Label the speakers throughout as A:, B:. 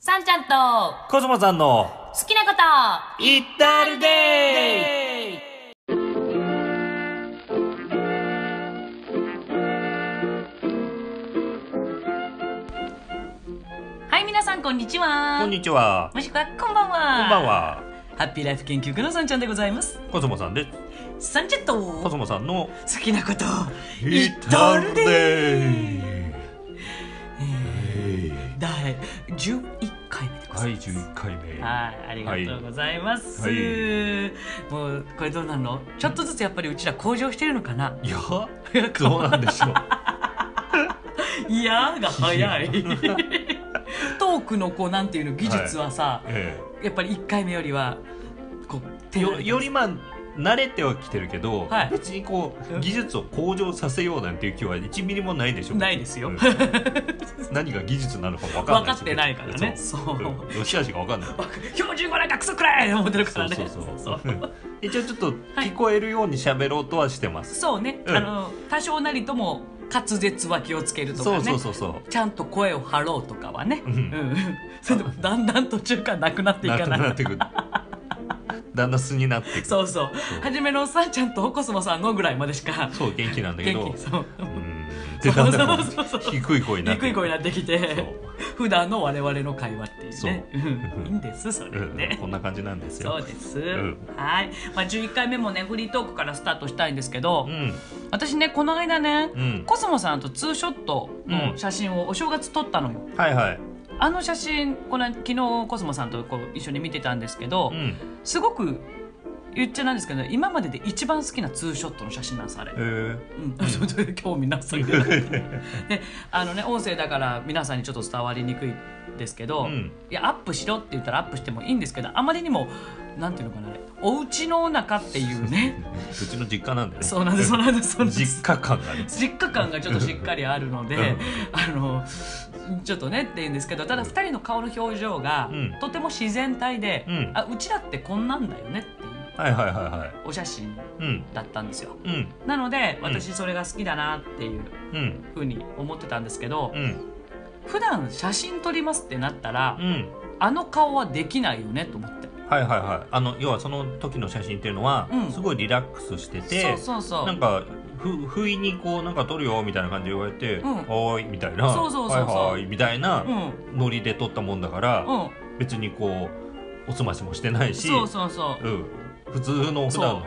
A: さんちゃんと
B: コスモさんの
A: 好きなこと
B: イッタールデイ
A: はい皆さんこんにちは
B: こんにちは。
A: もしくはこんばんは
B: こんばんは。
A: ハッピーライフ研究家のさんちゃんでございます
B: コスモさんです。
A: さんちゃんと
B: コス
A: 好
B: モさんの
A: きなこと
B: イ
A: 言っ
B: ッ
A: と
B: タ
A: る
B: ル
A: で
B: デイ
A: 第11回目でござ
B: はいい、
A: ます
B: 11回目。
A: はい、ありがとうございます。
B: はい
A: もうこれどうなの？ちょっとずつやっぱりうちら向上してるのかな。
B: いや、どうなんでし ょう。
A: いやーが早い
B: い。
A: トークのこうなんていうの技術はさ、
B: え
A: やっぱり一回目よりはこう
B: え、
A: 手
B: よ
A: を
B: よりまあ、慣れてはきてるけど、
A: はい
B: 別にこ
A: う
B: うん技術を向上させようなんていう気は1ミリもないでしょ
A: ないですよ
B: うん何が技術なのか分か
A: 分
B: んな
A: か
B: いし
A: ってないからね。そう。
B: うんよしあしが分かんない
A: 標準語なんかクソくらいって思ってるか
B: そ
A: ら
B: う
A: ね。
B: そうそう
A: そう
B: うん一応ちょっと聞こえるように喋ろうとはしてます、
A: そうね。
B: うん
A: あの多少なりとも滑舌は気をつけるとかね。
B: そうそうそうそう
A: ちゃんと声を張ろうとかはね、う
B: うんん
A: それでもだんだん途中からなくなってい
B: な
A: か
B: く
A: ない
B: なってくるだんだん素になっていく
A: そうそう
B: そう
A: 初めのさんちゃんとコスモさんのぐらいまでしか
B: そう元気なんだけど
A: 元気そう
B: うーんってだんだんこ
A: そうそうそう
B: う低い声になって
A: 低い声に
B: な
A: なってきて普段の我々の会話っていうね
B: そ
A: う
B: う
A: んいいんですそれね
B: こんな感じなんです
A: そ
B: よ
A: うです、
B: ん
A: はい、まあ、11回目もねフリートークからスタートしたいんですけど、
B: うん
A: 私ねこの間ね、
B: うん
A: コスモさんとツーショットの写真をお正月撮ったのよ、
B: はいはい
A: あの写真この昨日コスモさんとこう一緒に見てたんですけど、
B: うん
A: すごく言っちゃなんですけど今までで一番好きなツーショットの写真なんですあれ、
B: えー
A: うん、 ちょっと興味なさげな であのね音声だから皆さんにちょっと伝わりにくいですけど、
B: うん
A: いやアップしろって言ったらアップしてもいいんですけどあまりにもなんていうのかなあれお家の中っていう ね
B: うちの実家なんでね
A: そうなんですそうなんですそうなんです
B: 実家感がね
A: 実家感がちょっとしっかりあるので、
B: うん
A: あのちょっとねって言うんですけどただ2人の顔の表情が
B: うん
A: とても自然体で、
B: うん
A: あうちらってこんなんだよねっていう
B: はいはいはいはい
A: お写真
B: うん
A: だったんですよ
B: うん
A: なので
B: うん
A: 私それが好きだなっていう
B: うん
A: ふうに思ってたんですけど、
B: うん
A: 普段写真撮りますってなったら、
B: うん
A: あの顔はできないよねと思って
B: はいはいはいあの要はその時の写真っていうのは、
A: うん
B: すごいリラックスしてて
A: そうそうそう
B: なんかふ不意にこうなんか撮るよみたいな感じで言われて「
A: うん
B: はーい」みたいな「
A: そうそうそうそう
B: はいはい」みたいな
A: うん
B: ノリで撮ったもんだから、
A: うん
B: 別にこうおすましもしてないし
A: そうそうそう
B: うん、普通の普段の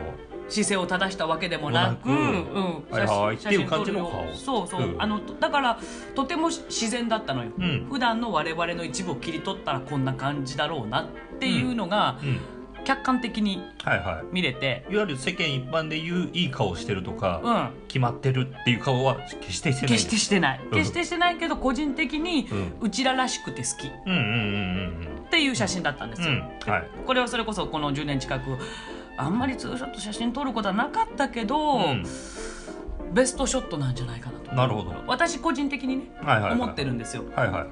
A: 姿勢を正したわけでもなく、う
B: も
A: ん
B: うなくはいはい
A: 写真
B: っていう感じの顔
A: 写真撮るよそうそう、
B: うん
A: あのだからとても自然だったのよ、
B: うん
A: 普段の我々の一部を切り取ったらこんな感じだろうなっていうのが
B: うん、
A: 客観的に
B: はいは
A: 見れて、
B: いいわゆる世間一般で言ういい顔してるとか、
A: うん、
B: 決まってるっていう顔は決してしてない
A: 決してしてない
B: ん
A: 決してしてないけど個人的に
B: うん
A: うちららしくて好きっ
B: うんうんうんうん
A: ていう写真だったんです
B: うん
A: よ、
B: うんはい
A: これはそれこそこの10年近くあんまりツーショット写真撮ることはなかったけど、
B: うん
A: ベストショットなんじゃないかなと
B: なるほど
A: 私個人的にね
B: はいはいはい
A: 思ってるんですよ
B: はいはいはい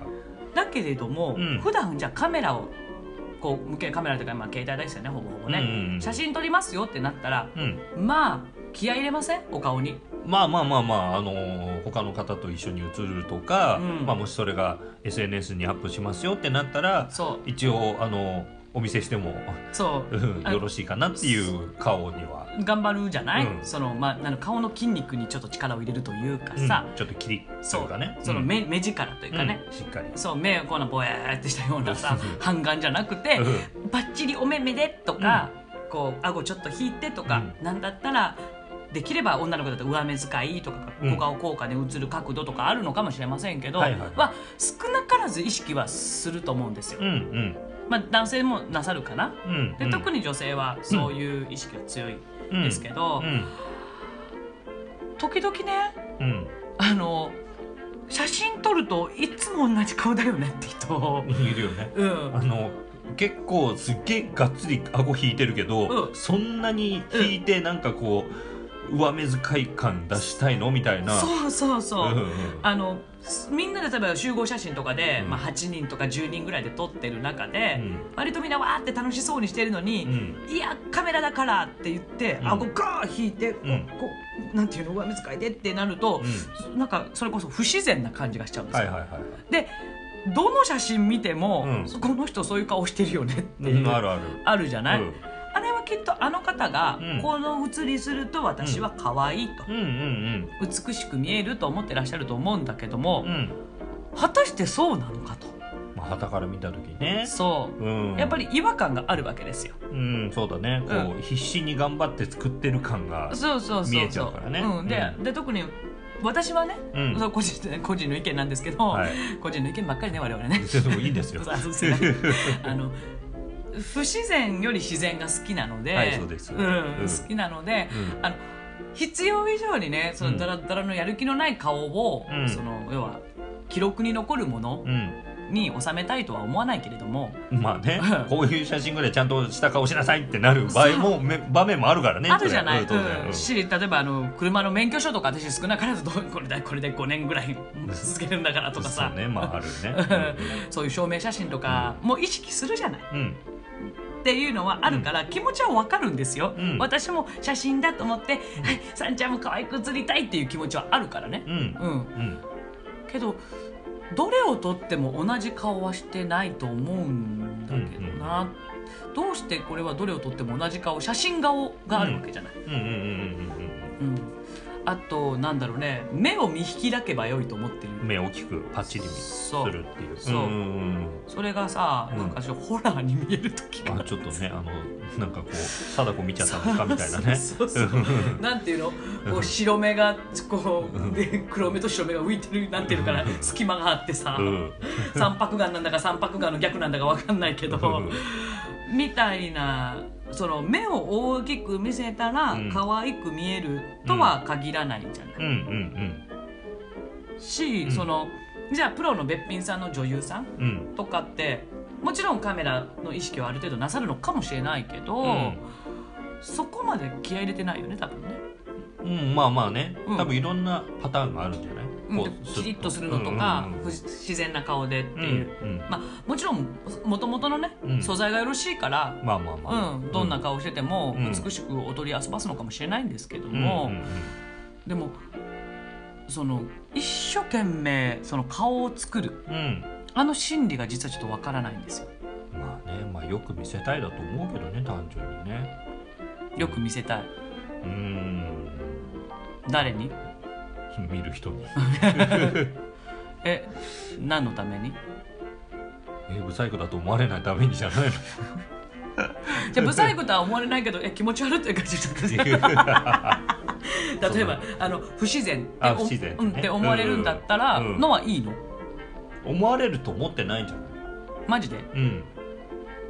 A: だけれども、
B: うん
A: 普段じゃあカメラをこう向けカメラというか、まあ、携帯ですよねほぼほぼね、
B: うんうん
A: 写真撮りますよってなったら
B: うん
A: まあ気合い入れませんお顔に
B: まあまあまあまあ、あのー他の方と一緒に写るとか、
A: うん
B: まあ、もしそれが SNS にアップしますよってなったら
A: そう
B: 一応、あのーお見せしても、
A: そ
B: うん
A: あ
B: よろしいかなっていう顔には、
A: う頑張るじゃない、
B: うん
A: そのまああの顔の筋肉にちょっと力を入れるというか
B: うん
A: さ、
B: ちょっとキリッと
A: そ
B: いう
A: う
B: かね
A: その目,、目力という
B: うん
A: かね、
B: うんしっかり、
A: そう目をこうなぼやーってしたようなさ半眼じゃなくて、
B: う
A: ばっちりお目目でとか、こう顎ちょっと引いてとか、なんだったらできれば女の子だと上目遣いとか
B: うん
A: 小顔効果で映る角度とかあるのかもしれませんけど、
B: はいはい
A: は少なからず意識はすると思うんですよ。
B: んうん
A: まあ、男性もなさるかな
B: うん
A: で、
B: うん
A: 特に女性はそういう意識が強いんですけど、
B: うん
A: 時々ね
B: うん
A: あの写真撮るといつも同じ顔だよねって人
B: う。んいるよね
A: うん
B: あの結構すっげえがっつり顎引いてるけど、
A: うん
B: そんなに引いてなんかこう、上目遣い感出したいのみたいな
A: そうそうそう、
B: うんうん
A: あのすみんなで例えば集合写真とかで、
B: うん
A: まあ、8人とか10人ぐらいで撮ってる中
B: う
A: で、
B: ん
A: 割とみんなわーって楽しそうにしてるの
B: う
A: に、
B: ん
A: いやカメラだからって言って、
B: ん
A: 顎ガー引いて、こう
B: うん
A: こうなんていうの上目遣いでってなると
B: う、ん
A: なんかそれこそ不自然な感じがしちゃうんです
B: は
A: よ。
B: いはいはいはい
A: でどの写真見ても、
B: うん
A: そこの人そういう顔してるよねっていう、
B: うん、あ
A: ある
B: るある。
A: じゃない、
B: うん
A: あれはきっとあの方が、
B: うん
A: この写りすると私は可愛いと、
B: うんうん
A: 美しく見えると思ってらっしゃると思うんだけど
B: う
A: も
B: ん。う、ん。
A: 果たしてそうなのかと、
B: まあ旗から見た時ね。
A: そう、
B: うん。
A: やっぱ。り違和感があるわけですよ
B: うんそうだね。こう、必死に頑張って作ってる感が。
A: そうそうそうそう
B: 見えちゃうからね
A: うん、で
B: う
A: で特に私はね、
B: うん
A: そう個人 個人の意見なんですけど、
B: はい。
A: 個人の意見ばっかりね我々ね。
B: でもいいんです よ
A: そうそうすいませんあの不自然より自然が好きなので、
B: はいそうです
A: うん
B: うん
A: 好きなので
B: うん
A: 必要以上にねそうの
B: ん
A: だらだらのやる気のない顔を、
B: うん
A: その要は記録に残るもの
B: うん。
A: に収めたいとは思わないけれども、
B: まあね
A: うん、
B: こういう写真ぐらいちゃんとした顔しなさいってなる場合も、め場面もあるからね。
A: あるじゃない、
B: それはう
A: うん
B: ん当
A: し例えばあの車の免許証とか私少なからずどうこれだこれで5年ぐらい続けるんだからとか
B: 然
A: さ
B: そうね、まああるね。
A: そういう証明写真とかも意識するじゃない、
B: うんうん。
A: っていうのはあるから気持ちはわかるんですよ、
B: うん
A: 私も写真だと思って、はいさんちゃんも可愛く写りたいっていう気持ちはあるからね
B: うんう
A: う
B: ん。
A: ん
B: うん。
A: けどどれを撮っても同じ顔はしてないと思うんだけどな、どうしてこれはどれを撮っても同じ顔写真顔があるわけじゃない、
B: うんうんうんうんうん
A: うんあとなんだろうね目を見開けば良いと思ってる
B: うん目を大きくパッチリす
A: そう
B: るっていう
A: そうん
B: んうん
A: それがさ、
B: うん
A: なんかちょっとホラーに見える時が
B: あちょっとねあのなんかこう貞子見ちゃったのかみたいな ね
A: そうそうそうなんていうのこう白目がこうで黒目と白目が浮いてるなんていうのかな隙間があってさ、
B: うん
A: 三白眼なんだか三白眼の逆なんだかわかんないけど、みたいなその目を大きく見せたら
B: うん
A: 可愛く見えるとは限らないじゃ
B: うんう
A: ない、
B: ん
A: し、
B: うん
A: そのじゃあプロのべっぴんさんの女優さん
B: うんうん
A: とかってもちろんカメラの意識はある程度なさるのかもしれないけど、
B: うん
A: そこまで気合い入れてないよね多分ね。
B: うんまあまあね
A: うん
B: 多分いろんなパターンがあるんじゃない
A: うん
B: こう
A: キリッとするのとか、不自然な顔でって
B: うんうん
A: いう、
B: うん
A: まあもちろんもともとのね、
B: うん
A: 素材がよろしいから、
B: まあまあ
A: う
B: まあ
A: んどんな顔してても
B: うん
A: 美しく踊り遊ばすのかもしれないんですけど
B: うん
A: も、
B: うんうん
A: でもその一生懸命その顔を作る
B: うん
A: あの心理が実はちょっとわからないんですよ
B: まあねまあよく見せたいだと思うけどね単純にね
A: よく見せたい
B: うん
A: 誰に
B: 見 る人に
A: え何のため に
B: えブサイクだと思われないためにじゃないの
A: じゃあブサイクとは思われないけどえ気持ち悪いって感じだった
B: っていう
A: 例えばあの不自然って
B: あ
A: お
B: 不自然って
A: う
B: ね
A: ん、って思われるんだったら
B: うん
A: のはいいの
B: 思われると思ってないんじゃない
A: マジで
B: うん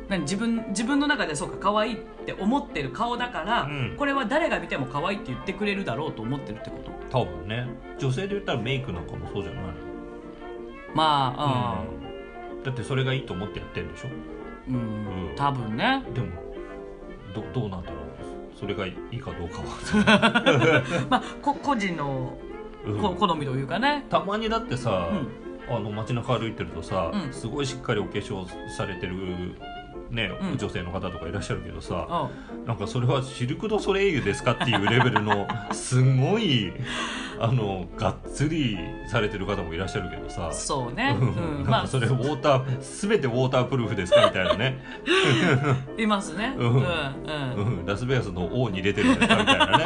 A: 何自分自分の中でそうか可愛いって思ってる顔だから、
B: うん
A: これは誰が見ても可愛いって言ってくれるだろうと思ってるってこと
B: 多分ね女性で言ったらメイクなんかもそうじゃない
A: まあ
B: うんだってそれがいいと思ってやってるんでしょ
A: うん、うん
B: うん
A: 多分ね
B: でもどどうなんだろうそれがいいかどうか
A: まあこ個人のこ
B: は、うん、
A: 好みというかね
B: たまにだってさ、
A: うん
B: あの街中歩いてるとさ、
A: うん
B: すごいしっかりお化粧されてるね、
A: うん
B: 女性の方とかいらっしゃるけどさ、
A: あ
B: なんかそれはシルク・ドゥ・ソレイユですかっていうレベル のすごいあのがっつりされてる方もいらっしゃるけどさ
A: そうね、
B: うん
A: うん、
B: な
A: ま
B: んか
A: あ
B: それウォーター全てウォータープルーフですかみたいなね、
A: いますねう
B: うん
A: んうん、
B: うん、ラスベガスの王に入れてるんですかみたいなね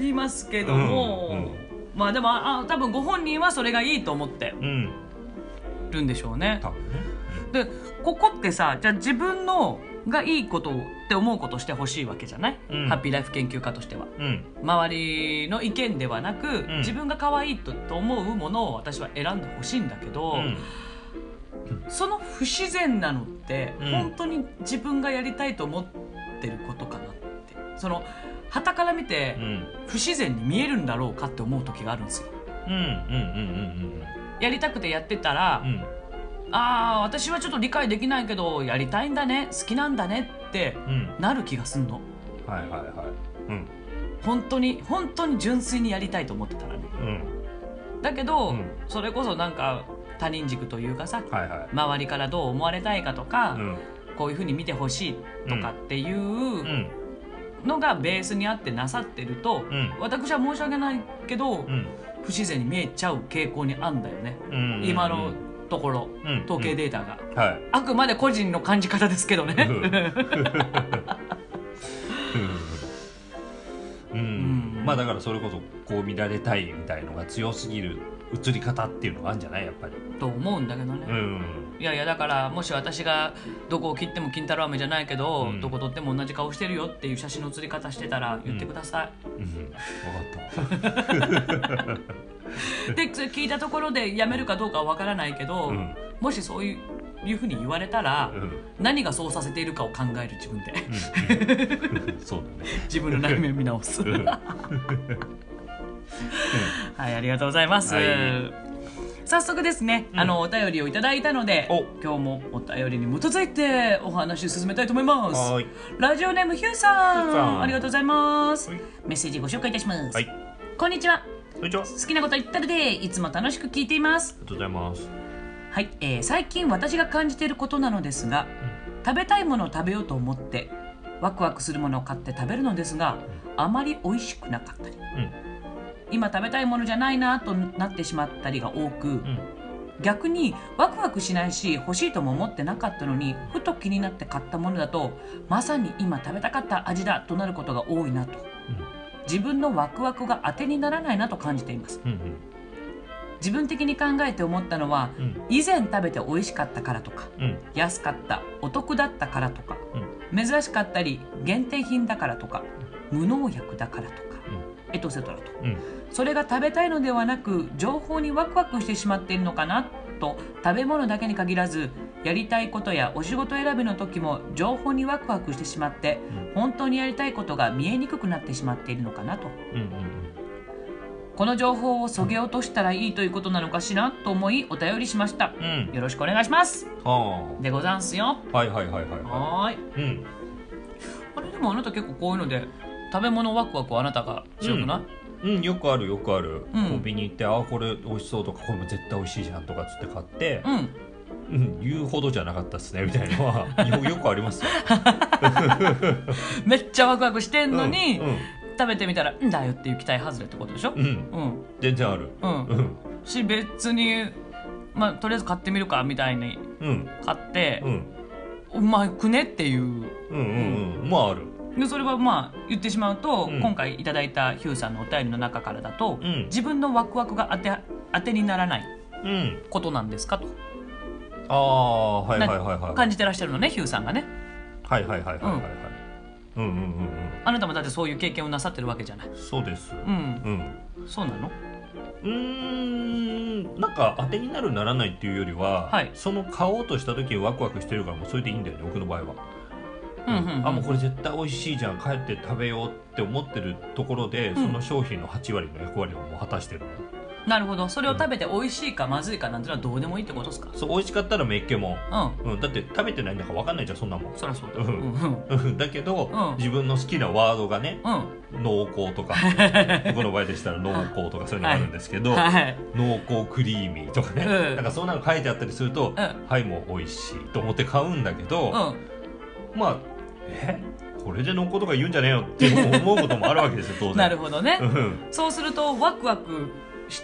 A: いますけども、
B: うんうん
A: まあでもああ多分ご本人はそれがいいと思って
B: うん
A: るんでしょうね
B: 多分ね
A: でここってさじゃあ自分のがいいことって思うことしてほしいわけじゃない、
B: うん
A: ハッピーライフ研究家としては
B: うん
A: 周りの意見ではなく、
B: ん
A: 自分が可愛いとと思うものを私は選んでほしいんだけど、
B: うん
A: その不自然なのって、
B: うん
A: 本当に自分がやりたいと思ってることかなってその旗から見て
B: うん
A: 不自然に見えるんだろうかって思う時があるんですよ
B: うんうん
A: やりたくてやってたら、
B: うんうんうん
A: ああ私はちょっと理解できないけどやりたいんだね好きなんだねって
B: うんうん
A: なる気がすんの
B: はいはいはいうん
A: 本当に本当に純粋にやりたいと思ってたらね
B: うん
A: だけど、
B: うん
A: それこそなんか他人軸というかさ
B: はいはい
A: 周りからどう思われたいかとか、
B: うん
A: こういうふうに見てほしいとかっていうのがベースにあってなさってると、
B: うん
A: 私は申し訳ないけど、
B: うん
A: 不不自然に見えちゃう傾向にあんだよね、
B: うん
A: 今のところ
B: うん
A: 統計データが、
B: うんはい
A: あくまで個人の感じ方ですけどね、
B: うんうん、
A: うん
B: まあだからそれこそこう見られたいみたいのが強すぎる映り方っていうのがあるんじゃないやっぱり
A: と思うんだけどね、
B: うん
A: いやいやだからもし私がどこを切っても金太郎飴じゃないけど、
B: うん
A: どこ撮っても同じ顔してるよっていう写真の写り方してたら言ってくださ
B: うん分かっ
A: い、 でそれ聞いたところでやめるかどうかはわからないけど、
B: たうん
A: もしそういういうふうに言われたら、
B: うん
A: 何がそうさせているかを考える自分で
B: うんうんそうだね
A: 自分の内面を見直す
B: うん
A: はいありがとうございます、
B: はい
A: 早速ですね、
B: うん
A: あのお便りをいただいたので
B: お
A: 今日もお便りに基づいてお話し進めたいと思います
B: はーい
A: ラジオネームヒューさん
B: ヒューさん
A: ありがとうございます、
B: はい
A: メッセージご紹介いたします、
B: はい
A: こんにちは
B: こんにちはあり
A: 好きなこと言ったるでいつも楽しく聞いています
B: がとうございます
A: はい、えー最近私が感じていることなのですが食べたいものを食べようと思ってワクワクするものを買って食べるのですがあまり美味しくなかったり、
B: ん
A: 今食べたいものじゃないなとなってしまったりが多く、
B: うん
A: 逆にワクワクしないし欲しいとも思ってなかったのにふと気になって買ったものだとまさに今食べたかった味だとなることが多いなと自分のワクワクが当てにならないなと感じています
B: うん
A: 自分的に考えて思ったのは
B: うんうん
A: 以前食べて美味しかったからとか
B: うん
A: 安かったお得だったからとか、珍しかったり限定品だからとか無農薬だからとか、エトセトラとか
B: うん
A: それが食べたいのではなく情報にワクワクしてしまっているのかなと食べ物だけに限らずやりたいことやお仕事選びの時も情報にワクワクしてしまって本当にやりたいことが見えにくくなってしまっているのかなと
B: うんうんうん
A: この情報をそげ落としたらいいということなのかしらと思いお便りしました
B: うん
A: よろしくお願いします
B: は
A: でござんすよ
B: あはいはいはいはいは
A: はーい
B: いうん
A: あれでもあなた結構こういうので食べ物ワクワクはあなたが強くない、
B: うん、よくあるよくある、
A: うん
B: コンビニ行ってあこれ美味しそうとかこれも絶対美味しいじゃんとかっつって買って
A: う、ん
B: うん言うほどじゃなかったっすねみたいのはよよくありますよ
A: めっちゃワクワクしてんのに、
B: うん
A: 食べてみたら「んだよ」っていう期待外れってことでしょ
B: うん、うん
A: うん
B: 全然ある
A: うん、
B: うん
A: し別にまあとりあえず買ってみるかみたいに
B: うん
A: 買って
B: う、ん
A: うまくねっていう
B: うんうんうんまあある
A: でそれはまあ言ってしまうと、
B: うん
A: 今回いただいたヒューさんのお便りの中からだと、
B: うん
A: 自分のワクワクが当て当てにならない
B: うん
A: ことなんですかと
B: ああはいはいはいはい
A: 感じてらっしゃるのねヒューさんがね
B: はいはいはいはいはいはいうんうんうんうん
A: あなたもだってそういう経験をなさってるわけじゃない
B: そうです
A: うん
B: うん
A: そうなの
B: うーんなんか当てになるならないっていうよりは、
A: はい
B: その買おうとした時にワクワクしてるからもうそれでいいんだよね僕の場合は
A: うんうんうん
B: あもうこれ絶対美味しいじゃん帰って食べようって思ってるところで、
A: ん
B: その商品の8割の役割をもう果たしてる
A: なるほどそれを食べて美味しいかまずいかなんてのはどうでもいいってことですか
B: そう美味しかったらめっけもん、
A: う
B: うん、だって食べてないんだから分かんないじゃんそんなもん
A: んそりゃそうだ
B: うん
A: うんうん
B: うんだけど、
A: うん
B: 自分の好きなワードがね
A: うん
B: 濃厚 とか僕の場合でしたら濃厚とかそういうのがあるんですけど、
A: はい
B: 濃厚クリーミーとかね、
A: うん
B: なんかそんなの書いてあったりすると、
A: ん
B: はいもう美味しいと思って買うんだけど、
A: うん
B: まあえこれで濃厚とか言うんじゃねえよって思うこともあるわけですよ当 然
A: なるほどね、
B: うん
A: そうするとワクワクし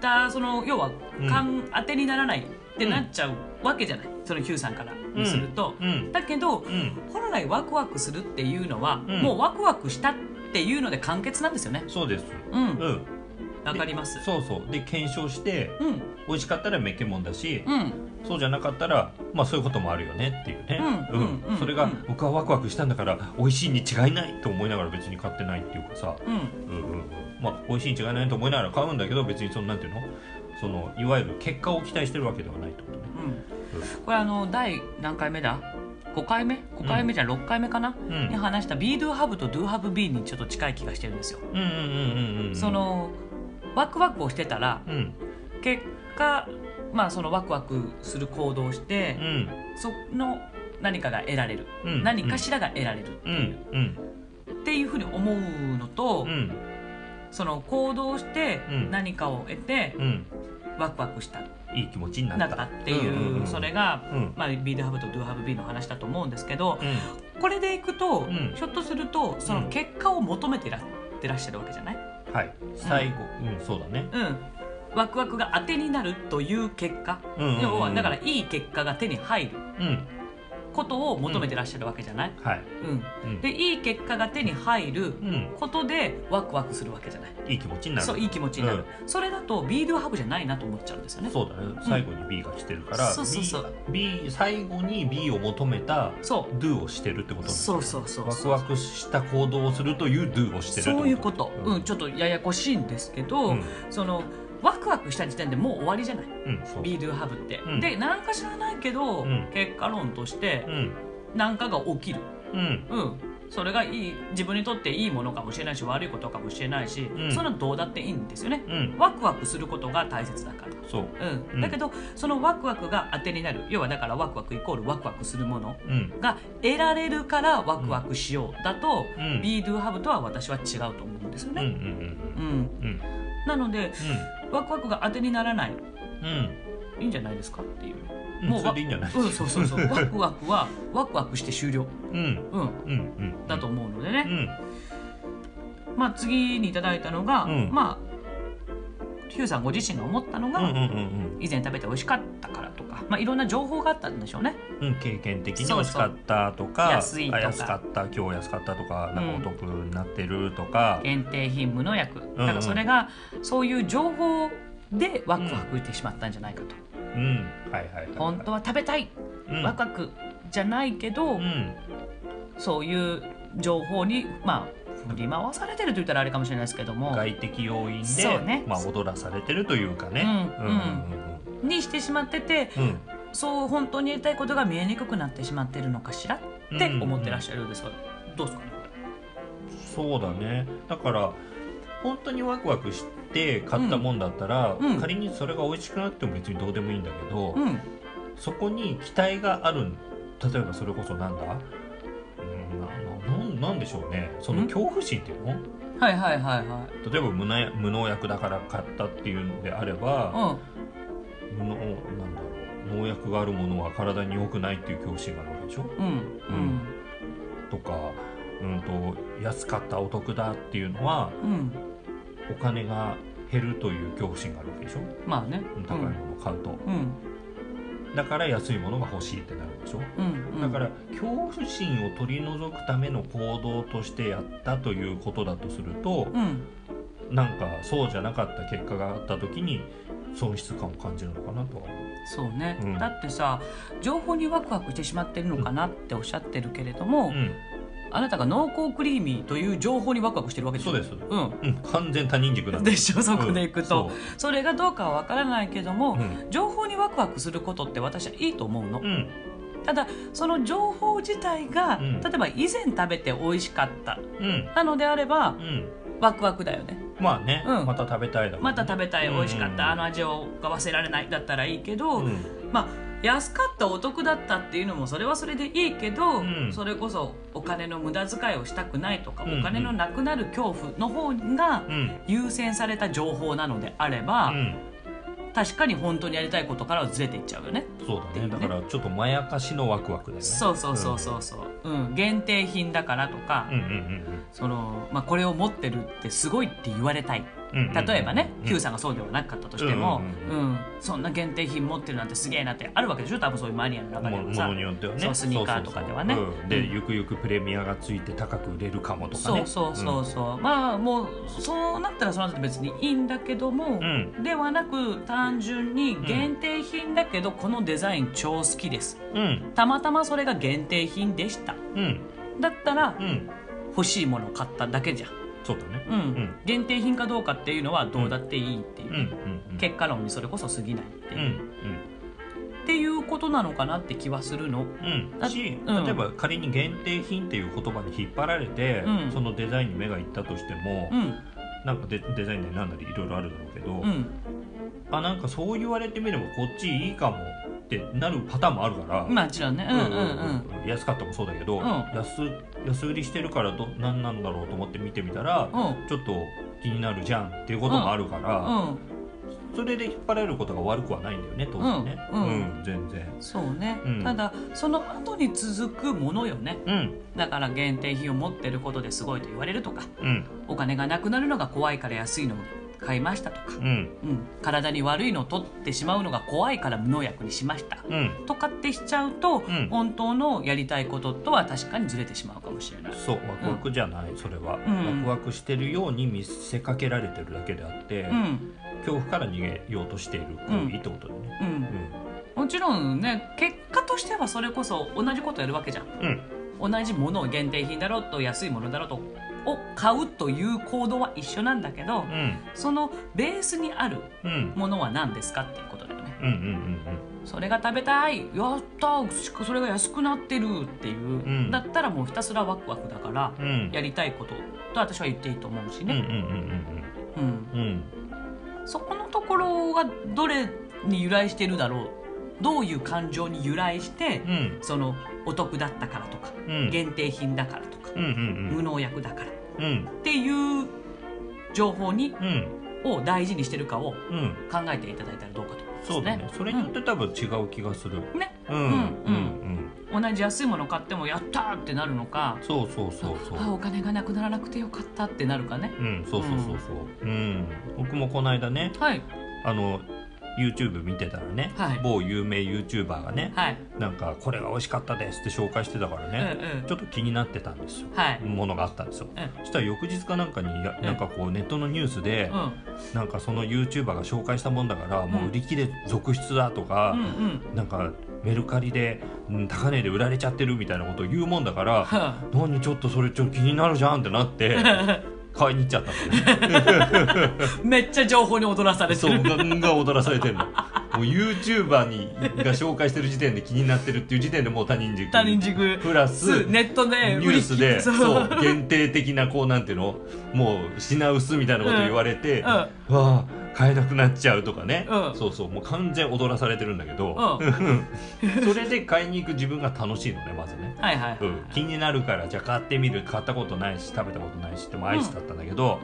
A: たその要は
B: うん
A: 勘当てにならないってなっちゃうわけじゃない、その Q さんからにすると、
B: うん
A: だけど
B: うん
A: 本来ワクワクするっていうのは、
B: うん
A: もうワクワクしたっていうので完結なんですよね
B: そうです
A: うん
B: うん
A: わかります
B: そうそうで検証して
A: うん
B: 美味しかったらめっけもんだし、
A: うん
B: そうじゃなかったらまあそういうこともあるよねっていうね
A: うんうんうん
B: それが
A: うん
B: 僕はワクワクしたんだから美味しいに違いないと思いながら別に買ってないっていうかさ、
A: うん
B: うんうんうん、まあ美味しいに違いないと思いながら買うんだけど別にそのなんていうのそのいわゆる結果を期待してるわけではないってことね
A: うんこれあの第何回目だ5回目5回目じゃ6回目かな、
B: う
A: に
B: ん
A: 話した Be Do Have と Do Have Be にちょっと近い気がしてるんですよ、
B: うんうんうんうんうん
A: そのワクワクをしてたら
B: うん
A: 結果まあそのワクワクする行動をして
B: う、ん
A: その何かが得られる、
B: うん
A: 何かしらが得られるって
B: うん
A: いう、
B: うん
A: っていうふうに思うのと、
B: うん
A: その行動して
B: うん
A: 何かを得て
B: うん
A: ワクワクした、
B: いい気持ちにな
A: な
B: っ
A: ん
B: た
A: かっていう,、
B: んんん
A: それが、
B: うん
A: まあ、Be Do Have と Do Have Be の話だと思うんですけど、
B: うん
A: これでいくと、
B: うん
A: ひょっとするとその結果を求めてらってらっしゃるわけじゃない、
B: はい最後うん、そうだね
A: うん、ワクワクが当てになるという結果、
B: うんうんうん
A: 要はだからいい結果が手に入る
B: うん
A: ことを求めてらっしゃるわけじゃない、
B: はい
A: うん
B: うん
A: でいい結果が手に入る
B: うん
A: ことでワクワクするわけじゃない
B: いい気持ちになる
A: そういい気持ちになる、それだと B 度ハブじゃないなと思っちゃうんですよね
B: そうだね最後に B が来てるから、
A: そうそうそう
B: B, B 最後に B を求めた
A: そう
B: Do をしてるってことなんだ
A: そうそうそう
B: ワクワクした行動をするという Do をしてるって
A: そういうこと、うんち
B: ょっ
A: ょっとややこしいんですけど、
B: うん
A: そのワクワクした時点でもう終わりじゃない
B: うんそう
A: B do have って、
B: うん
A: で何か知らないけど、
B: うん
A: 結果論として
B: うん
A: 何かが起きる
B: うん
A: うん、それがいい自分にとっていいものかもしれないし悪いことかもしれないし、
B: うん
A: そんなのどうだっていいんですよね
B: うん
A: ワクワクすることが大切だから。
B: そう
A: うん
B: うん
A: だけどそのワクワクが当てになる要はだからワクワクイコールワクワクするもの
B: うん
A: が得られるからワクワクしようだと、
B: うん
A: Be Do Have とは私は違うと思うんですよ
B: うんう
A: ね。うんん
B: うん
A: なのでワクワクが当てにならない
B: うんうん
A: いいんじゃないですかっていう。
B: うん
A: もう
B: それでいいんじゃない
A: うん、そうそうそうワクワクはワクワクして終了、
B: うん
A: うん、
B: うんうん
A: だと思うのでね。
B: うん
A: まあ、次にいただいたのが、
B: うん
A: まあヒューさんご自身が思ったのが、
B: うんうんうん
A: 以前食べて美味しかったからとか、まあ、いろんな情報があったんでしょうね。
B: うんうん経験的に美味しかったとか
A: そうそう安いとか
B: あ安かった今日安かったとかなんかお得になってるとか
A: 限定品無農薬だからそれがそういう情報でワクワクしてしまったんじゃないかと、
B: うんはいはいはいはい
A: 本当は食べたい、
B: うん
A: ワクワクじゃないけど、
B: うん
A: そういう情報にまあ振り回されてると言ったらあれかもしれないですけども
B: 外的要因で、
A: そうね
B: まあ、踊らされてるというかね。
A: うんにしてしまってて
B: うんうんうん
A: そう本当にやりたいことが見えにくくなってしまってるのかしらって思ってらっしゃるようですが、どうですかね
B: そうだねだから本当にワクワクして買ったもんだったら、
A: うんうん
B: 仮にそれが美味しくなくても別にどうでもいいんだけど、
A: うん
B: そこに期待がある例えばそれこそなんだうんなななんなんでしょうねそ
A: う
B: の
A: ん
B: 恐怖心っていうの
A: はいはいはいは
B: 例えば無な無農薬だから買ったっていうのであれば、
A: い。
B: 無農なんだろう農薬があるものは体に良くないっていう恐怖心があるわけでしょ
A: うんうんうん
B: とか、うん、と安かったお得だっていうのは
A: うん。
B: お金が減るという恐怖心があるわけでしょ
A: まあね。
B: 高いものを買うと、
A: うん
B: だから安いものが欲しいってなるでしょ
A: うんうん。
B: だから恐怖心を取り除くための行動としてやったということだとすると
A: うん
B: なんかそうじゃなかった結果があった時に損失感を感じるのかなとは思う
A: そうね、
B: うん
A: だってさ情報にワクワクしてしまってるのかなっておっしゃってるけれども、
B: うん
A: あなたが濃厚クリーミーという情報にワクワクしてるわけでしょ
B: そうです
A: うん
B: うん、完全他人軸だ
A: でしょそこで
B: い
A: いくと、それがどうかはわからないけども、
B: うんうん
A: 情報にワクワクすることって私はいいと思うの、
B: うん
A: ただその情報自体が、
B: うん
A: 例えば以前食べて美味しかった
B: うん
A: なのであれば
B: うん
A: ワクワクだよね
B: まあね、
A: うん
B: また食べたいだろうね
A: また食べたい美味しかった、
B: うん
A: あの味をが忘れられないだったらいいけど、
B: うん
A: まあ安かったお得だったっていうのもそれはそれでいいけど、
B: うん
A: それこそお金の無駄遣いをしたくないとか、
B: うん
A: お金のなくなる恐怖の方が
B: うん
A: 優先された情報なのであれば、確かに本当にやりたいことからはずれていっちゃうよね。
B: そうだね
A: ってい
B: だ
A: うね
B: からちょっとまやかしのワクワクだよね
A: そうそうそうそうそう、うん、限定品だからとか、
B: うんうん
A: そのまあ、これを持ってるってすごいって言われたい
B: うんうん
A: 例えばね、
B: うん
A: Q さんがそうではなかったとしても、
B: う
A: うんんそんな限定品持ってるなんてすげえなってあるわけでしょ多分そういうマニアの中
B: も
A: で
B: も
A: もさ
B: のによってはね
A: そうスニーカーとかではね
B: そうそうそううんで
A: うん
B: ゆくゆくプレミアがついて高く売れるかもとか
A: そ
B: ね
A: うそうそうそう、まあもうそうなったらそうなったら別にいいんだけども、
B: うん
A: ではなく単純に限定品だけどこのデザイン超好きです
B: うん
A: たまたまそれが限定品でした
B: うん
A: だったら
B: うん
A: 欲しいものを買っただけじゃん、
B: そうだね
A: うん
B: ん
A: 限定品かどうかっていうのはどうだっていいっていう、
B: うんうん
A: 結果論にそれこそ過ぎないって
B: う
A: い
B: ん
A: う、
B: うん
A: っていうことなのかなって気はするの。
B: うん
A: だ
B: し
A: うん
B: 例えば仮に限定品っていう言葉に引っ張られて
A: うん
B: そのデザインに目がいったとしても
A: うん
B: なんかデデザインなりなんなりいろいろあるだろうけど
A: うん、
B: あなんかそう言われてみればこっちいいかもってなるパターンもあるから、
A: まあもちろんね、うんうんうん、
B: うん安かったもそうだけど、
A: うん
B: 安安売りしてるからど何なんだろうと思って見てみたら、
A: うん、
B: ちょっと気になるじゃんっていうこともあるから、
A: うん、
B: それで引っ張られることが悪くはないんだよね当然ね
A: うんうん
B: うん、全然
A: そうね、
B: うん
A: ただその後に続くものよね
B: うん
A: だから限定品を持ってることですごいと言われるとか
B: うん
A: お金がなくなるのが怖いから安いのを買いましたとか、
B: うん
A: うん、体に悪いのを取ってしまうのが怖いから無農薬にしました
B: うん
A: とかってしちゃうと、
B: うん
A: 本当のやりたいこととは確かにずれてしまうかもしれない。
B: そうワクワクじゃない、それは、
A: ん
B: ワクワクしてるように見せかけられてるだけであって、
A: うん
B: 恐怖から逃げようとしている行為ってことだよね、
A: う、
B: うんん
A: もちろんね結果としてはそれこそ同じことやるわけじゃん
B: うん
A: 同じものを限定品だろうと安いものだろうとを買うという行動は一緒なんだけど
B: うん
A: そのベースにある
B: うん
A: ものは何ですかっていうことだよね
B: うんうん
A: それが食べたいやったーそれが安くなってるっていう、
B: ん
A: だったらもうひたすらワクワクだから
B: うんうんうん
A: やりたいことと私は言っていいと思うし
B: うんうん
A: ね、うん
B: うんうんうん
A: そこのところがどれに由来してるだろうどういう感情に由来して、
B: うん
A: そのお得だったからとか
B: うん
A: 限定品だからとか、
B: うんうん
A: 無農薬だからっ
B: うんうん
A: ていう情報に
B: うん
A: を大事にしてるかを
B: うん
A: 考えていただいたらどうかと思いますね。
B: そうだねそれによって多分違う気がする
A: うんね
B: うんうんうん
A: 同じ安いもの買ってもやったーってなるのか
B: そうそうそうそ
A: あ
B: う
A: お金がなくならなくてよかったってなるかね。
B: うんそうそうそうそううん僕もこの間ね
A: はい
B: あの YouTube 見てたらね、
A: はい
B: 某有名 YouTuber がね、
A: はい、
B: なんかこれが美味しかったですって紹介してたからね、
A: うんうん
B: ちょっと気になってたんですよ、
A: はい
B: ものがあったんですよ、
A: うん
B: そしたら翌日かなんかにや
A: うん
B: なんかこうネットのニュースで、
A: う
B: なんかその YouTuber が紹介したもんだから、もう売り切れ続出だと
A: んうん
B: か、
A: うん
B: なんかメルカリで、うん高値で売られちゃってるみたいなことを言うもんだから、
A: は
B: 何ちょっとそれちょっと気になるじゃんって なって買いに行っちゃったのね。
A: あめっちゃ情報に踊らされて
B: そう
A: る。
B: ガンガン踊らされてるのもう YouTuber にが紹介してる時点で気になってるっていう時点でもう他人軸
A: 他人軸
B: プラス
A: ネットで
B: ニュース
A: 売
B: で
A: り切
B: そ
A: っ
B: う限定的なこうなんていうのもう品薄みたいなこと言われて、
A: ん
B: わあ買えなくなっちゃうとかね、
A: うん
B: そうそうもう完全踊らされてるんだけど、
A: うん
B: それで買いに行く自分が楽しいのねまずね、
A: はいはいはい。
B: うん、気になるからじゃあ買ってみる買ったことないし食べたことないしでもアイスだったんだけど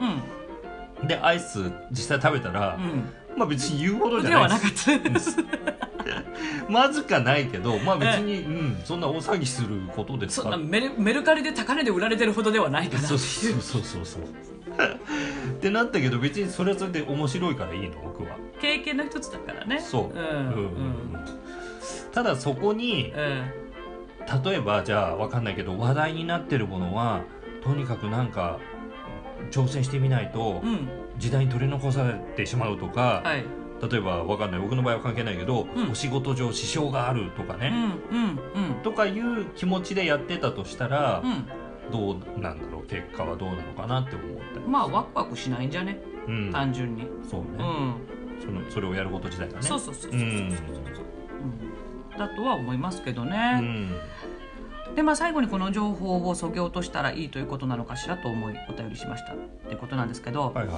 A: う、ん
B: でアイス実際食べたら、
A: う
B: まあ別に言うほど
A: ん
B: じ
A: で
B: ゃな
A: はいな
B: です
A: かったです。
B: まずかないけどまあ別に、うん、そんな大騒ぎすることです
A: そ
B: か
A: んな
B: ら
A: メルメルカリで高値で売られてるほどではないかなって
B: そ
A: いうう
B: そうそうそうそう ってなったけど別にそれはそれで面白いからいいの僕は
A: 経験の一つだからね
B: そう、
A: うん
B: うんうんうんただそこに
A: うんうん
B: 例えばじゃあわかんないけど話題になってるものはとにかくなんか挑戦してみないと
A: うん
B: 時代に取り残されてしまうとか、
A: はい
B: 例えばわかんない僕の場合は関係ないけど、
A: うん
B: お仕事上支障があるとか
A: うん
B: ね、
A: うんうん
B: とかいう気持ちでやってたとしたら、
A: う
B: どうなんだろう結果はどうなのかなって思ったり
A: んまあワクワクしないんじゃね
B: うん
A: 単純に
B: そう
A: う
B: ね、
A: ん
B: そのそれをやること自体がね
A: そうそうそうそう
B: う
A: そうそうんうんだとは思いますけど
B: う
A: ね
B: ん
A: でまあ最後にこの情報をそぎ落としたらいいということなのかしらと思いお便りしましたってことなんですけど
B: はいはい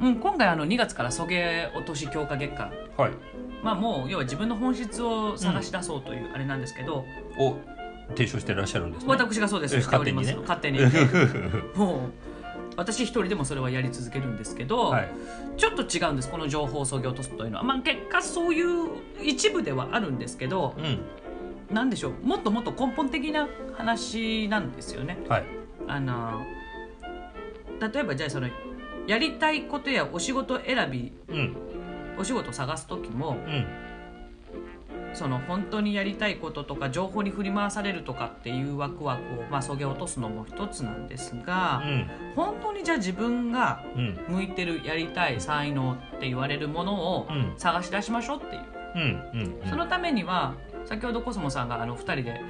A: うん今回あの2月からそげ落とし強化月間
B: はい
A: まあもう要は自分の本質を探し出そうというあれなんですけど
B: を提唱してらっしゃるんですね
A: 私がそうです
B: え
A: しております勝
B: 勝
A: 手に,、 もう私一人でもそれはやり続けるんですけど、
B: はい
A: ちょっと違うんですこの情報を削ぎ落とすというのは、まあ、結果そういう一部ではあるんですけど
B: うん
A: なんでしょうもっともっと根本的な話なんですよね。
B: はい
A: あの例えばじゃあそのやりたいことやお仕事選び
B: うん
A: お仕事を探す時も
B: うん
A: その本当にやりたいこととか情報に振り回されるとかっていうワクワクを、まあ、そぎ落とすのも一つなんですが、
B: うん
A: 本当にじゃあ自分が
B: うん
A: 向いてるやりたい才能って言われるものを
B: うん
A: 探し出しましょうっていう、
B: うんうんうん
A: そのためには先ほどコスモさんがあの2人で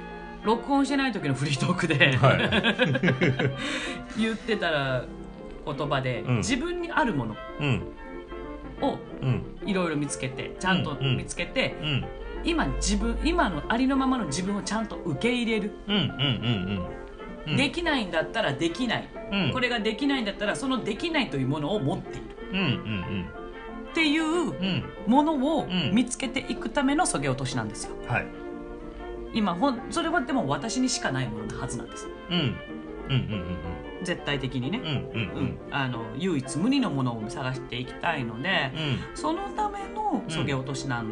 A: 録音してない時のフリートークで、
B: は
A: 言ってたら言葉で、
B: うん
A: 自分にあるもの
B: うん
A: を
B: うん
A: いろいろ見つけてちゃんと
B: うんうん
A: 見つけて、
B: うん
A: 今自分今のありのままの自分をちゃんと受け入れる、
B: うんうんうんうん
A: できないんだったらできない、
B: うん
A: これができないんだったらそのできないというものを持っている
B: うんうん
A: っていう
B: うんうん
A: ものを
B: ん
A: 見つけていくためのそげ落としなんですよ
B: はい
A: 今ほんそれはでも私にしかないもののはずなんです
B: うんうんうん
A: 絶対的にね
B: うんう、んうんうん
A: うんあの唯一無二のものを探していきたいので、
B: うん
A: そのための
B: うん
A: そげ落としなの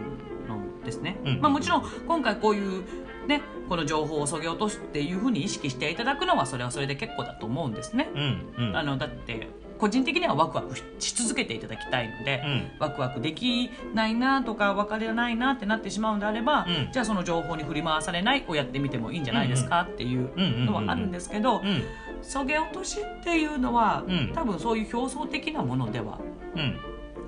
A: ですね、
B: うん
A: まあ、もちろん今回こういうねこの情報をそげ落とすっていうふうに意識していただくのはそれはそれで結構だと思うんですね、
B: うんうん
A: あのだって個人的にはワクワクし続けていただきたいので、
B: うん
A: ワクワクできないなとか別れないなってなってしまうんであれば、
B: うん
A: じゃあその情報に振り回されないをやってみてもいいんじゃないですかっていうのはあるんですけど
B: うん
A: そげ落としっていうのは、
B: うん
A: 多分そういう表層的なものでは
B: うん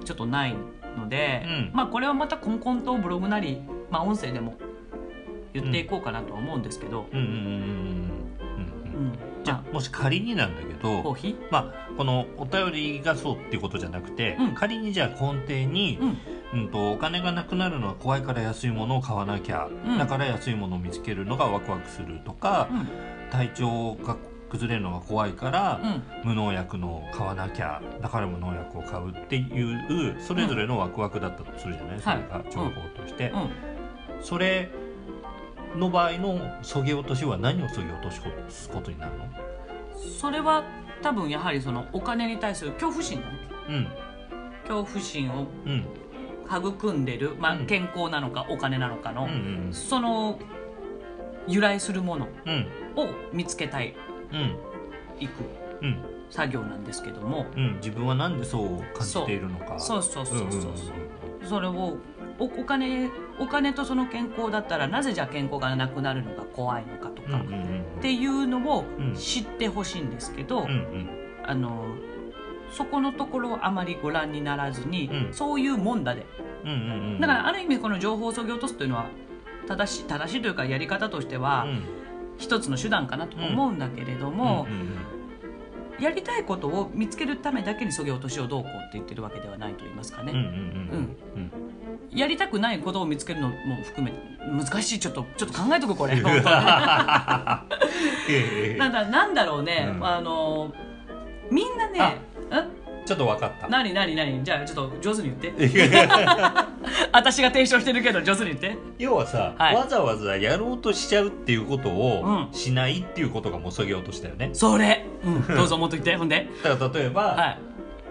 A: ちょっとないので、
B: うん
A: まあこれはまたコンコンとブログなり、まあ、音声でも言っていこうかなとは思うんですけど、
B: うんうんうんうんう
A: う
B: んうんん
A: じゃあ
B: もし仮になんだけ
A: コー
B: ど、
A: ヒ
B: まあ、このお便りがそうっていうことじゃなくて、
A: うん
B: 仮にじゃあ根底に
A: ー、う、ん
B: うん、とお金がなくなるのは怖いから安いものを買わなきゃ、
A: うん
B: だから安いものを見つけるのがワクワクするとか、体調が崩れるのが怖いから、
A: うん
B: 無農薬のを買わなきゃだから無農薬を買うっていうそれぞれのワクワクだったとするじゃない、それが情報として、
A: うん、
B: それの場合のそげ落としは何をそげ落としこすことになるの
A: それは多分やはりそのお金に対する恐怖心だね
B: うん
A: 恐怖心を
B: うん
A: 育んでる、まあ
B: う、ん
A: 健康なのかお金なのか
B: う
A: の、
B: んうん
A: その由来するもの
B: うん
A: を見つけたい
B: うん
A: いく
B: うん
A: 作業なんですけども
B: うん自分はなんでそう感じているのか
A: そううそうそうそうそう、
B: う
A: それをおお金お金とその健康だったらなぜじゃあ健康がなくなるのが怖いのかと
B: んう
A: か、
B: んうん
A: っ
B: うん
A: ていうのを
B: うん
A: 知ってほしいんですけど、
B: うんうん
A: あのそこのところをあまりご覧にならずに、
B: うん
A: そういうもんだで
B: うんうんうん
A: だからある意味この情報を削ぎ落とすというのは正しい正しいというかやり方としては
B: うん
A: 一つの手段かなと思うんだけれども
B: う、んうん
A: やりたいことを見つけるためだけに削ぎ落としをどうこうって言ってるわけではないと言いますか
B: うんうん
A: ね、
B: うん
A: やりたくないことを見つけるのも含めて難しいちょっとちょっと考えとくこ れ
B: うん
A: 本当に
B: ええ
A: なんだなんだろうね、
B: うん
A: あのみんな
B: あ
A: ねん
B: ちょっとわかった
A: 何何何じゃあちょっと上手に言って 私が提唱してるけど上手に言って
B: 要はさ、
A: はい
B: わざわざやろうとしちゃうっていうことを
A: うん
B: しないっていうことがもそぎ落としたよね、
A: それ、うん、どうぞもっと言ってほんで
B: だから例えば、
A: はい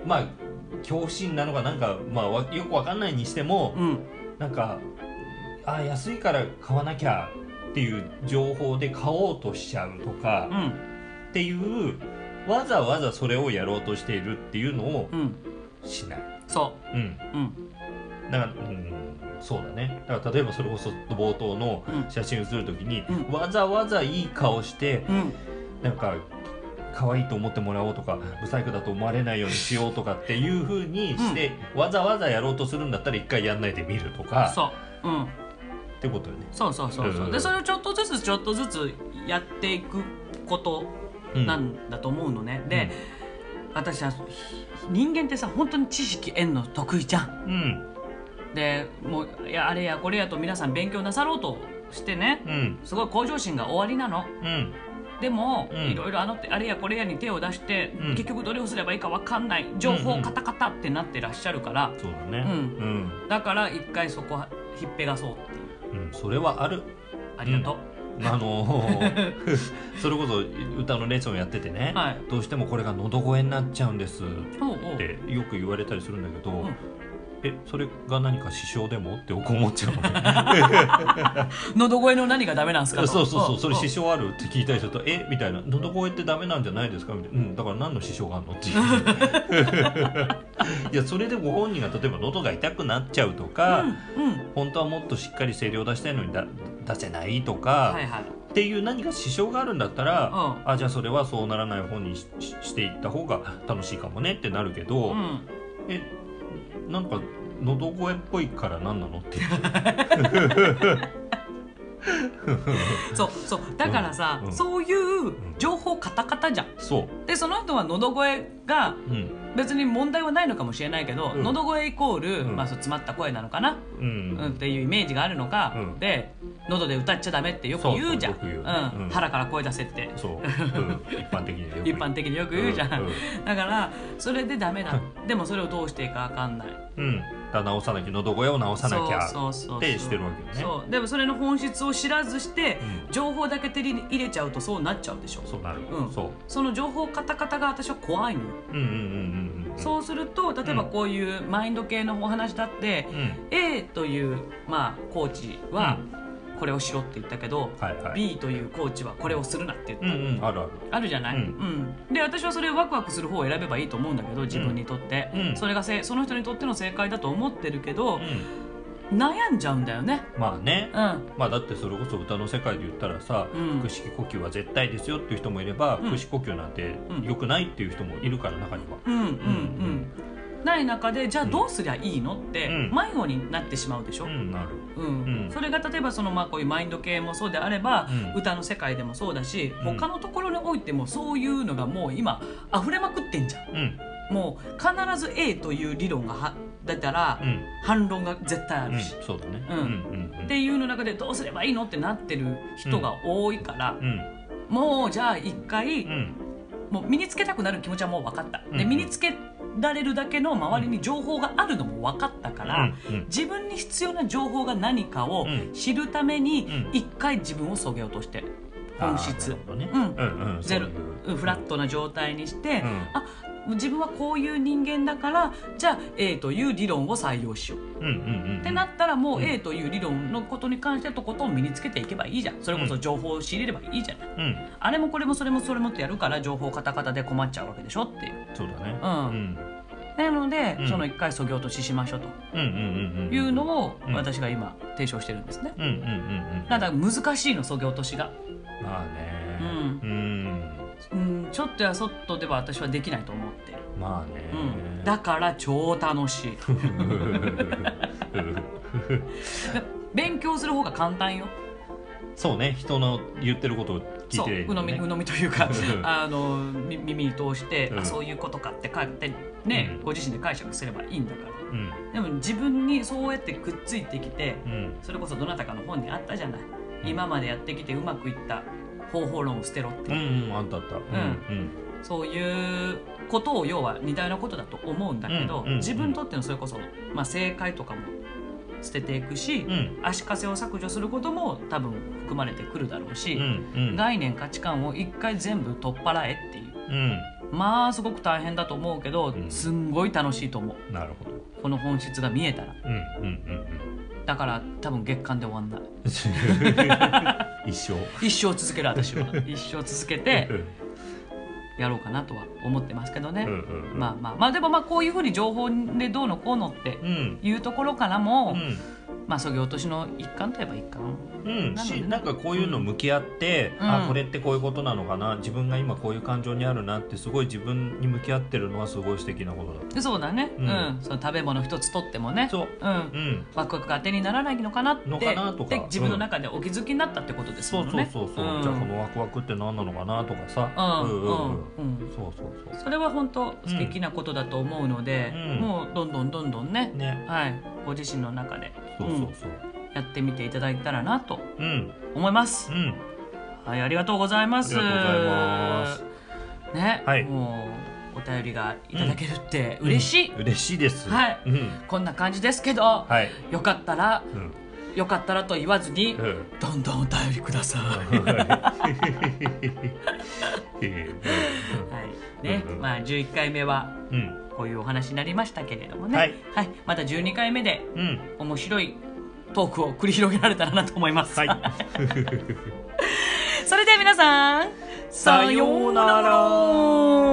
B: まあ恐怖心なのかなんか、まあ、わよくわかんないにしても、
A: うん
B: なんかあ安いから買わなきゃっていう情報で買おうとしちゃうとか
A: う、ん
B: っていうわざわざそれをやろうとしているっていうのを
A: うん
B: しない、
A: そ
B: うん、
A: ううん
B: だから、うん、そうだねだから例えばそれこそ冒頭の
A: うん
B: 写真写る時に、
A: うん
B: わざわざいい顔して
A: うん
B: なんか可愛いと思ってもらおうとか不細工だと思われないようにしようとかっていう風にして、わざわざやろうとするんだったら一回やんないでみるとか
A: そううん
B: ってことよね。
A: そうそうそうそううんでそれをちょっとずつちょっとずつやっていくこと
B: うん
A: なんだと思うのね、で、私は人間ってさ本当に知識得んの得意じゃん
B: うん
A: でもういやあれやこれやと皆さん勉強なさろうとしてね
B: うん
A: すごい向上心が終わりなの
B: うん
A: でも、
B: うん
A: いろいろあの手あれやこれやに手を出して、
B: うん
A: 結局どれをすればいいか分かんない情報
B: うん
A: カタカタってなってらっしゃるから、
B: そうだね
A: う
B: うん、
A: だから一回そこは引っぺがそうっていう
B: うん、それは ある
A: ありがとう、
B: あのー それこそ歌のレッスンをやっててね、
A: はい
B: どうしてもこれが喉声になっちゃうんですっ
A: おうおう
B: てよく言われたりするんだけど、
A: ん
B: えそれが何か支障でもって僕思っちゃうのね
A: 喉声の何がダメなんですか
B: そうそうそうそれ支
A: し
B: 障あるって聞いたりすると「えみたいな「喉声ってダメなんじゃないですか?」みたいな「うんだから何の支障があるの?」っていう いやそれでご本人が例えば喉が痛くなっちゃうとか、
A: うんうん
B: 本当はもっとしっかり声量出したいのにだ出せないとか、
A: はいはい
B: っていう何か支障があるんだったら、
A: う
B: あじゃあそれはそうならない方にしししていった方が楽しいかもねってなるけど、
A: うん
B: えなんか喉声っぽいから何なの っていう
A: そうそうだからさ、
B: うん
A: そういう情報カタカタじゃん
B: そ
A: でその人は喉声が
B: う、うん
A: 別に問題はないのかもしれないけど、
B: うん
A: 喉声イコール、
B: うん
A: まあ、そう詰まった声なのかな、
B: うん
A: うんっていうイメージがあるのか、
B: うん
A: で喉で歌っちゃダメってよく言うじゃん
B: そうそうよく言うね
A: うん
B: うん
A: 腹から声出せって
B: そう、うん一般的にねよく
A: 一般的によく言うじゃん、
B: うんう
A: だからそれでダメだでもそれをどうしていいかわかんない
B: うんだから直さなきゃ喉声を直さなきゃ
A: そうそうそうそう
B: ってしてるわけよね
A: そうでもそれの本質を知らずして、
B: う
A: 情報だけ手に入れちゃうとそうなっちゃうでしょ
B: そうなる、
A: うん
B: そう
A: その情報カタカタが私は怖いのよ、
B: うんうんうんうんうん
A: そうすると例えば
B: うん
A: こういうマインド系のお話だって、
B: うん
A: A という、まあ、コーチはこれをしろって言ったけど、
B: はいはい
A: B というコーチはこれをするなって言った、
B: うんうんあるある
A: あるじゃない、
B: うん
A: うんで私はそれワクワクする方を選べばいいと思うんだけど自分にとって、
B: うん
A: それがせその人にとっての正解だと思ってるけど
B: う、ん
A: 悩んじゃうんだよね
B: まあね
A: うん
B: まあだってそれこそ歌の世界で言ったらさ、
A: うん
B: 腹式呼吸は絶対ですよっていう人もいれば、
A: うん
B: 腹式呼吸なんて
A: うん
B: 良くないっていう人もいるから中には。
A: うんうんうん、ない中でじゃあどうすりゃいいのって
B: うん
A: 迷子になってしまうでしょ、
B: うん、なる。
A: うん
B: うん
A: それが例えばそのまあこういうマインド系もそうであれば、
B: うん
A: 歌の世界でもそうだし、
B: うん
A: 他のところにおいてもそういうのがもう今溢れまくってんじゃん
B: うん、
A: もう必ず A という理論がは出たら、
B: うん、
A: 反論が絶対あ
B: うん、
A: るし、
B: そうだね。
A: うん
B: うん、うん、
A: っていうの中でどうすればいいのってなってる人が多いから、
B: うん、
A: もうじゃあ一回、
B: うん、
A: もう身につけたくなる気持ちはもう分かった、
B: うんう
A: で
B: ん
A: 身につけられるだけの周りに情報があるのも分かったから、
B: うんうん
A: 自分に必要な情報が何かを
B: うん
A: 知るために
B: うん
A: 一回自分をそげ落として本質
B: あーなるほどね。
A: うん
B: うん、うん、
A: ゼロ
B: そ
A: う
B: ういう
A: んフラットな状態にして、
B: うん
A: あ自分はこういう人間だからじゃあ A という理論を採用しよう
B: うん、うん、うん、
A: ってなったらもううん A という理論のことに関してとことん身につけていけばいいじゃんそれこそ情報を仕入れればいいじゃない、
B: うん、
A: あれもこれもそれもそれもってやるから情報カタカタで困っちゃうわけでしょっていう
B: そうだね。
A: うん
B: うん、
A: なので、
B: うん
A: その一回そぎ落とししましょう
B: うん、うん、うん、
A: と
B: うん。
A: いうのを
B: うん
A: 私が今提唱してるんですね、
B: うん、うん、うん、うん。
A: ただ難しいのそぎ落としが
B: まあね。
A: うん
B: うん、
A: うんちょっとやそっとでは私はできないと思ってる、
B: まあね
A: う。ん、だから超楽しい勉強する方が簡単よ
B: そうね人の言ってることを聞いてりゃいい
A: そう鵜
B: の
A: 呑み鵜
B: ね
A: 呑みというか
B: うん
A: あのみ耳に通して、
B: うん
A: あそういうことかって書いてね、
B: うん
A: ご自身で解釈すればいいんだか
B: うん
A: らでも自分にそうやってくっついてきて
B: うん
A: それこそどなたかの本にあったじゃない今までやってきてうまくいった方法論を捨てろって
B: う
A: いうん
B: うんあったあったうんうん
A: そういうことを要は似たようなことだと思うんだけど、
B: うんうんうん
A: 自分にとってのそれこそ、まあ、正解とかも捨てていくし、
B: うん
A: 足かせを削除することも多分含まれてくるだろうし、
B: うんうん
A: 概念価値観を一回全部取っ払えっていう
B: うん
A: まあすごく大変だと思うけど、
B: うん
A: すんごい楽しいと思う
B: なるほど
A: この本質が見えたら
B: うんうん うん
A: だから多分月間で終わんない
B: うん一生
A: 一生続ける私は 一生続けてやろうかなとは思ってますけどね、
B: うんうんうん
A: まあまあまあでもまあこういうふうに情報でどうのこうのって
B: うん
A: いうところから
B: う
A: も、
B: ん
A: まあそぎ落としの一環といえば一環
B: うん、
A: なので
B: し
A: ね
B: なんかこういうの向き合って、
A: うん
B: あこれってこういうことなのかな自分が今こういう感情にあるなってすごい自分に向き合ってるのはすごい素敵なことだ
A: でそうだね、う
B: うんん
A: その食べ物一つとってもね
B: そう
A: うん
B: うん
A: ワクワクが当てにならないのかなって
B: のかなとか
A: で自分の中でお気づきになったってことです
B: そ
A: も
B: うんそう
A: ね
B: そうそう、
A: ん
B: じゃあこのワクワクって何なのかなとかさ、
A: うんうんうん
B: そうそうそう
A: それは本当素敵なことだと思うので、
B: うん
A: もうどんどんどんどんね、
B: ね
A: はいご自身の中で
B: そうそうそう
A: うんやってみていただいたらなと
B: うん
A: 思います
B: う、ん
A: はいありがとうございます
B: ありがとうございます
A: ね、
B: はい
A: もうお便りがいただけるって嬉しい、
B: うん嬉しいです
A: はい
B: うん
A: こんな感じですけど、
B: はい
A: よかったら
B: うん
A: よかったらと言わずに、
B: うん
A: どんどんお便りください、 はいね
B: うんうん
A: まあ、11回目は
B: うん
A: こういうお話になりましたけれどもね、
B: はい
A: また12回目で
B: うん
A: 面白いトークを繰り広げられたらなと思います、
B: はい
A: それでは皆さん
B: さようなら